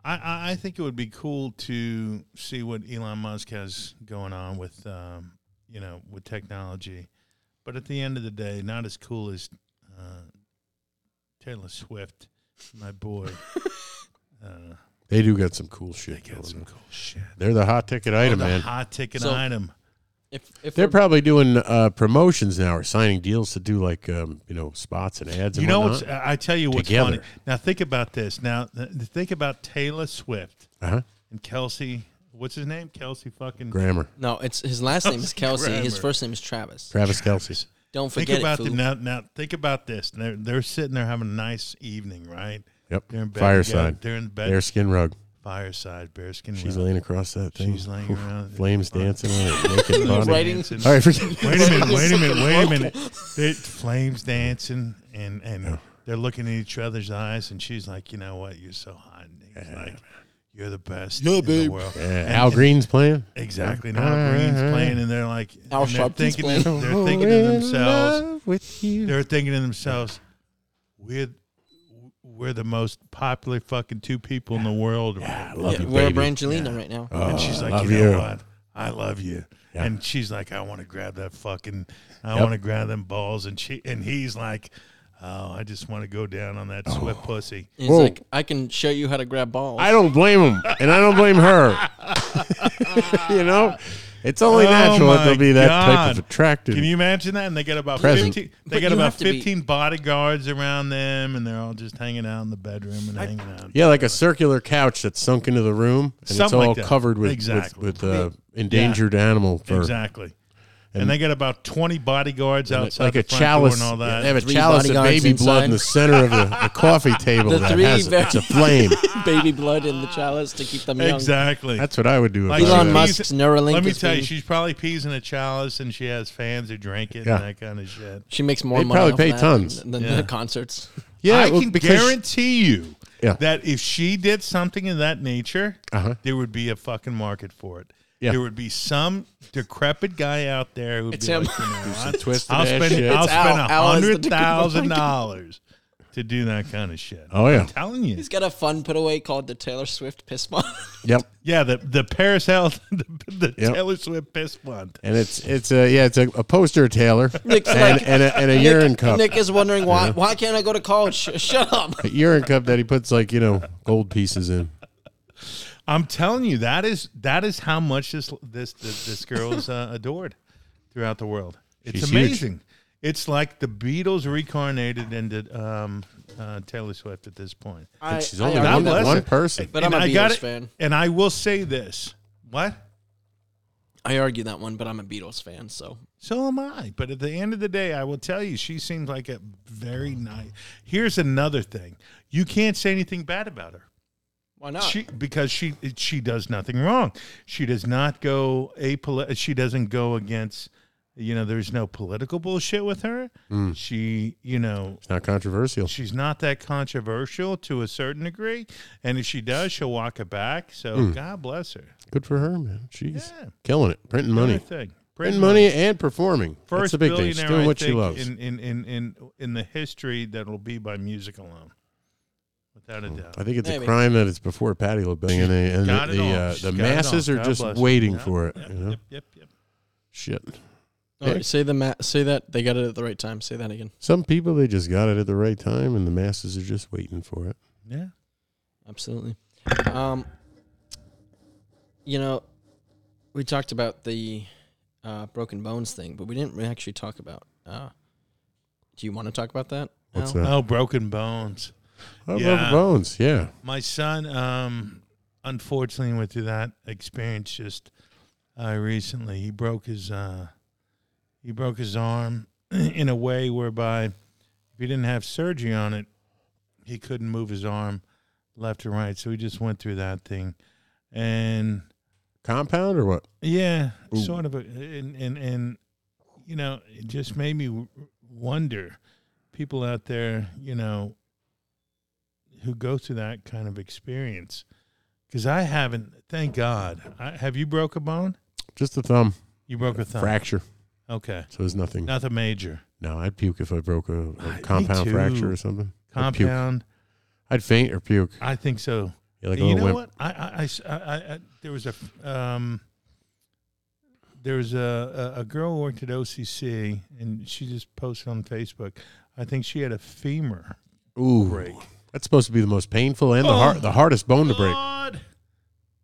I, I, I think it would be cool to see what Elon Musk has going on with, um, you know, with technology. But at the end of the day, not as cool as uh, Taylor Swift, my boy. uh,
They do got some cool
they
shit.
got
going
some
on.
cool shit.
They're the hot ticket item,
Oh, the
man.
Hot ticket
So-
item.
If if
They're
we're-
probably doing uh, promotions now or signing deals to do like um, you know spots and ads.
You
And
know
whatnot.
what's? I I tell you what's
Together.
funny. Now think about this. Now th- think about Taylor Swift
Uh-huh.
and Kelsey. What's his name? Kelsey fucking.
Grammar.
no, it's his last name is Kelsey. His
Grammer.
first name is Travis.
Travis Kelsey.
Don't
Think
forget
about
it.
the,
fool.
now. Now think about this. They're, they're sitting there having a nice evening, right?
Yep.
They're in bed
Fireside.
together. They're in bed.
Bear skin rug.
Fireside. Bearskin.
She's
rug.
laying across that thing.
She's laying
Oof.
around.
Flames dancing on it. Naked body.
Right.
Dancing.
All right, forget.
Wait a minute. Wait a minute. Wait a minute. They, flames dancing and and they're looking in each other's eyes, and she's like, you know what? You're so hot. And he's like, you're the best
Yeah,
in the
babe.
world.
Yeah, Uh-huh.
And-
Al
and-
Green's playing.
Exactly. Now Green's playing, and they're like,
Al
and they're
Sharpton's
thinking,
playing.
they're thinking to
We're in
themselves,
love With you.
they're thinking to themselves, we're we're the most popular fucking two people in the world.
Yeah, I
right
love
Yeah,
you,
we're a
baby.
Brangelina right now.
Oh,
and she's
I
like,
love
you know
you.
what? I love you.
Yeah.
And she's like, I want to grab that fucking, I
Yep.
want to grab them balls. And she, and he's like, oh, I just want to go down on that swift
Oh.
pussy.
He's
Whoa.
like, I can show you how to grab balls.
I don't blame him, and I don't blame her. you know, it's only
Oh
natural that there'll
my
be that type
God.
of attractive.
Can you imagine that? And they got about
Present.
fifteen.
But
They got
you
about
have to be-
fifteen bodyguards around them, and they're all just hanging out in the bedroom and hanging out.
yeah, like a circular couch that's sunk into the room, and it's
Something
all
like that.
covered with
Exactly.
with, with uh, endangered animal fur,
exactly. And, they got about twenty bodyguards outside
like
the
a
front
chalice.
door and all
yeah,
that.
they have a
Three
chalice of
bodyguards
baby blood in
inside.
the center of the, the coffee table.
The
that
three
has it.
very-
It's a flame.
Baby blood in the chalice to keep them young.
exactly.
That's what I would do. If
Like
I
Elon
was-
she's-
Musk's Neuralink
Let me
is
tell you,
being-
she's probably peas in a chalice, and she has fans who drink it
Yeah.
and that kind of shit.
She makes more
They
money.
probably
off
pay
that
tons.
than than
Yeah.
the concerts.
yeah,
I
well,
can
because-
guarantee you
Yeah.
that if she did something of that nature,
Uh-huh.
there would be a fucking market for it.
Yeah.
There would be some decrepit guy out there who'd
It's
be
him.
like, you know, I-
twisted
I'll
ass
spend
shit.
I'll
It's
spend a
Al. Al is the
hundred
decrepit
thousand
guy.
dollars to do that kind of shit.
Oh, yeah.
I'm telling you.
He's got a fun put away called the Taylor Swift piss mug.
Yep.
Yeah, the the Paris Hilton, the, the
Yep.
Taylor Swift piss blunt.
And it's it's a yeah it's a, a poster Taylor
Nick's
and,
like-
and a, and a urine cup
Nick is wondering why why can't I go to college? Sh- Shut up.
a urine cup that he puts like you know gold pieces in.
I'm telling you, that is that is how much this this this, this girl is uh, adored throughout the world. It's
She's huge.
amazing. It's like the Beatles reincarnated into um, uh, Taylor Swift at this point.
I,
She's only
God
I
one,
argue
bless
that,
one
her.
person.
but I'm
And
a
I
Beatles
got it-
fan.
And I will say this: what?
I argue that one, but I'm a Beatles fan, so
So am I. But at the end of the day, I will tell you, she seems like a very nice. Here's another thing: you can't say anything bad about her.
why not?
She because she she does nothing wrong. She does not go apoli- She doesn't go against. You know, there's no political bullshit with her.
Mm.
She, you know,
Not controversial.
she's not that controversial to a certain degree. And if she does, she'll walk it back. So
Mm.
God bless her.
Good for her, man. She's
Yeah.
killing it, printing money,
Good thing.
printing money and performing. That's
First
the big thing.
billionaire
She's doing
I
what she
think,
loves.
in, in in in in the history that'll be by music alone, without a doubt.
Oh, I think it's
Maybe.
a crime that it's before Patty LaBelle and, they, and
Got
the
it all.
the, uh,
She's
the
got it
masses
all.
are
God
just
bless her.
waiting
Yeah.
for it.
Yep,
You know,
yep, yep, yep.
shit.
All right, say the ma- say that they got it at the right time. Say that again.
Some people they just got it at the right time, and the masses are just waiting for it.
Yeah.
Absolutely. Um, you know, we talked about the uh, broken bones thing, but we didn't really actually talk about. Uh, do you want to talk about that?
What's
Al?
that?
Oh, broken bones.
Oh,
Yeah.
Rubber Bones. Yeah,
My son, um, unfortunately, went through that experience just uh, recently. He broke his uh, he broke his arm in a way whereby if he didn't have surgery on it, he couldn't move his arm left or right. So he just went through that thing, and
compound or what?
yeah,
Ooh.
sort of. A, and, and and you know, it just made me w- wonder. People out there, you know, who go through that kind of experience, because I haven't. Thank God. I, have you broke a bone?
Just a thumb
You broke a thumb.
fracture.
Okay,
So it's nothing.
nothing major.
No, I'd puke if I broke a, a
Ah, me
compound
too.
fracture or something. I'd, puke.
Compound.
I'd faint or puke.
I think so.
Yeah, like a
you
little wimp.
know what? I, I- I s- I- I- I- there was a f- um, there was a, a, a girl who worked at OCC, and she just posted on Facebook. I think she had a femur
Ooh,
break.
that's supposed to be the most painful and the
Oh.
hard, the hardest bone to break.
God.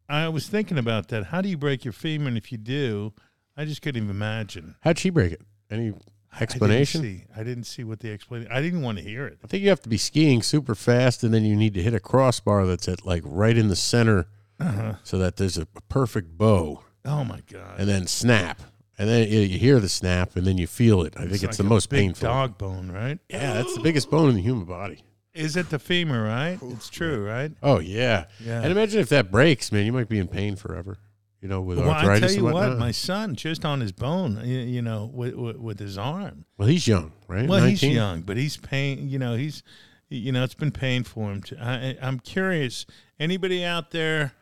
I was thinking about that. How do you break your femur? And if you do, I just couldn't even imagine.
How'd she break it? Any
I-
explanation?
I didn't see, I didn't see what the explanation. I didn't want to hear it.
I think you have to be skiing super fast, and then you need to hit a crossbar that's at like right in the center,
Uh-huh.
so that there's a perfect bow,
Oh my god!
and then snap, and then you- you hear the snap, and then you feel it. I think it's,
like
the
a
most
big
painful.
Dog bone, right?
Yeah, that's the biggest bone in the human body.
Is it the femur? Right? It's true, right?
Oh yeah,
Yeah.
and imagine if that breaks, man, you might be in pain forever. You know, with
well, I
arthritis
tell you
and
what,
whatnot.
my son just on his bone, y- you know, with, with, with his arm.
well, he's young, right?
Well, he's young, but he's pain. You know, he's you know, it's been pain for him. To, I, I'm curious. Anybody out there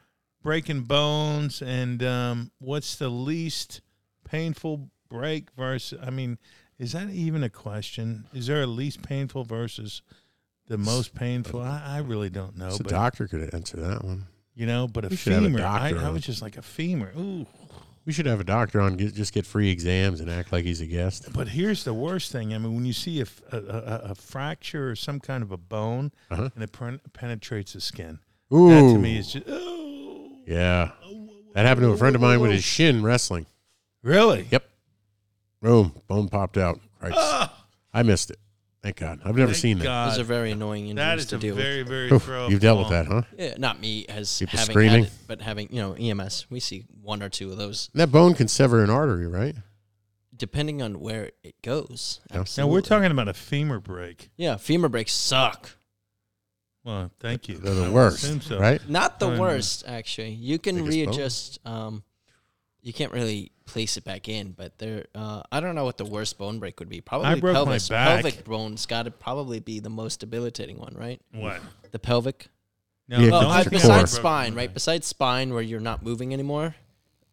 breaking bones, and um, what's the least painful break versus? I mean, is that even a question? Is there a least painful versus the most
uh,
painful? I, I really don't know.
So
but
doctor could answer that one.
you know, but a
We should have a
femur. I,
doctor
I
on.
was just like a femur. Ooh.
We should have a doctor on, get, just get free exams and act like he's a guest.
But here's the worst thing. I mean, when you see a, f- a- a- a fracture or some kind of a bone
Uh-huh.
and it pen- penetrates the skin,
Ooh,
that to me is just, oh.
yeah. That happened to a friend of mine with his shin wrestling.
Really?
Yep. Boom, bone popped out. Right.
Ah,
I missed it. Thank God. I've never
thank
seen that.
God.
Those are very annoying injuries
That is
to
a
deal
very, very
Oof,
rough
You've dealt with
bone.
that, huh?
with. Yeah, not me as
People
having
screaming.
had it, but having you know EMS. We see one or two of those,
And that bone can sever an artery, right?
depending on where it goes.
Now we're
Now,
Absolutely.
we're talking about a femur break.
Yeah, femur breaks suck.
Well, thank you.
They're the
I would assume
worst,
so.
right?
Not the
Oh, no.
worst, actually. You can
Biggest bone?
readjust. Um, you can't really place it back in, but there. Uh, I don't know what the worst bone break would be. Probably
broke my
pelvis.
back.
Pelvic bone's got to probably be the most debilitating one, right?
What?
The pelvic.
No,
Yeah,
the
Well,
Well,
only
I,
core.
thing I
besides
broke-
spine, right? Besides spine, where you're not moving anymore,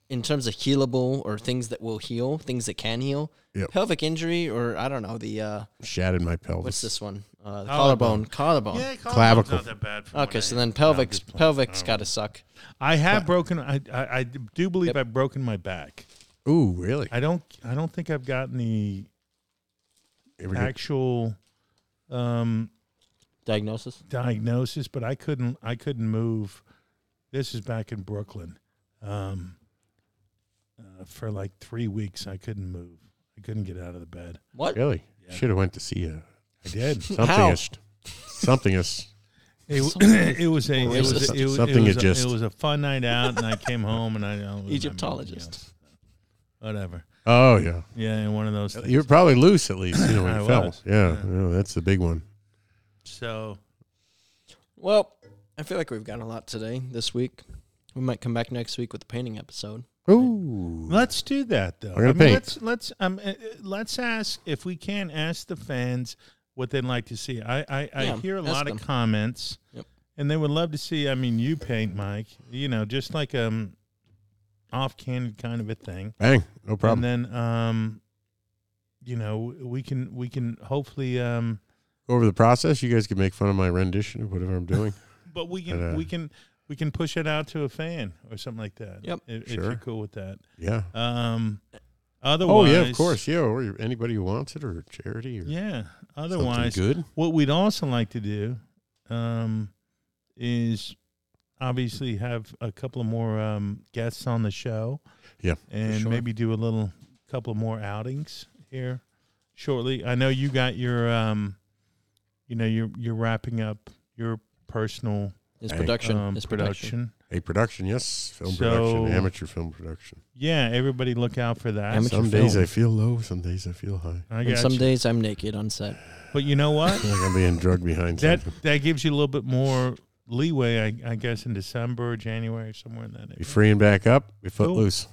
in terms of healable or things that will heal, things that can heal,
Yep.
pelvic injury, or I don't know the uh,
Shattered my pelvis.
what's this one? Uh, the
Collarbone.
collarbone. Collarbone.
Yeah, collarbone's
Clavicle.
Not that bad for
Okay,
when
so
I-
then
No, I'm
pelvic's
just playing.
pelvic's
Oh.
got to suck.
I have broken. I, I I do believe
Yep.
I've broken my back.
Ooh, really?
I don't. I don't think I've gotten the
Here we go.
actual um,
Diagnosis.
diagnosis, but I couldn't I couldn't move. This is back in Brooklyn. Um, uh, for like three weeks, I couldn't move. I couldn't get out of the bed.
What?
Really?
Yeah.
Should have went to see a
I did.
somethingist. somethingist.
It, it was a it was a, it was,
Something
it was,
you
a,
just-
it was a fun night out, and I came home and I, I was-
Egyptologist.
I- whatever.
Oh yeah,
Yeah, and one of those. Things.
you were probably loose at least. You know, when
I
you fell.
was,
Yeah,
yeah.
yeah, that's the big one.
So
Well, I feel like we've got a lot today this week. We might come back next week with a painting episode.
Ooh,
Let's do that though.
We're gonna
I mean,
paint.
Let's let's um uh, uh, let's ask if we can ask the fans what they'd like to see. I I, I
Yeah,
hear a
ask
lot
them.
of comments,
Yep.
and they would love to see. I mean, you paint, Mike. You know, just like um off candid kind of a thing.
bang, no problem.
And then um, you know, we can we can hopefully um,
Go over the process. You guys can make fun of my rendition of whatever I'm doing.
but we can
And, uh,
we can we can push it out to a fan or something like that.
Yep.
If, if
Sure.
you're cool with that.
yeah.
Um,
Oh
otherwise,
yeah, of course. Yeah, or your- anybody who wants it, or charity, or
Yeah.
something
Otherwise,
good.
What we'd also like to do um, is obviously have a couple of more um, guests on the show.
Yeah, for
and
sure.
maybe do a little couple more outings here shortly. I know you got your, um, you know, you're you're wrapping up your personal
His
Hey.
production.
um,
his production.
production.
A production, yes, film
So-
production, amateur film production.
Yeah, everybody look out for that.
Amateur
Some days
film.
I feel low, some days I feel high.
I
And
got
some
you.
days I'm naked on set.
But you know
I
what?
feel like I'm being drugged behind
that
something.
that gives you a little bit more leeway, I, I guess, in December, January, somewhere in that.
Be
area.
freeing back up, be
Cool.
footloose.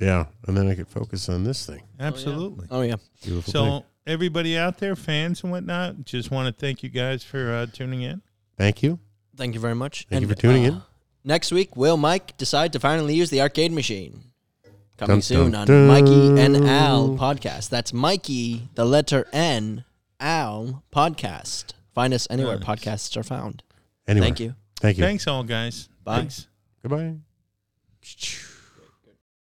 Yeah, and then I could focus on this thing.
Absolutely.
Oh yeah.
Beautiful thing.
So everybody out there, fans and whatnot, just want to thank you guys for uh, tuning in.
Thank you.
Thank you very much. uh,
Thank you for tuning in.
Next week, will Mike decide to finally use the arcade machine? Coming
Dun,
soon
dun,
on
dun.
Mikey and Al podcast. That's Mikey, the letter N, Al podcast. Find us anywhere
Nice.
podcasts are found.
Anyway,
Thank you.
Thank you.
Thanks all, guys.
Bye.
Thanks.
Goodbye.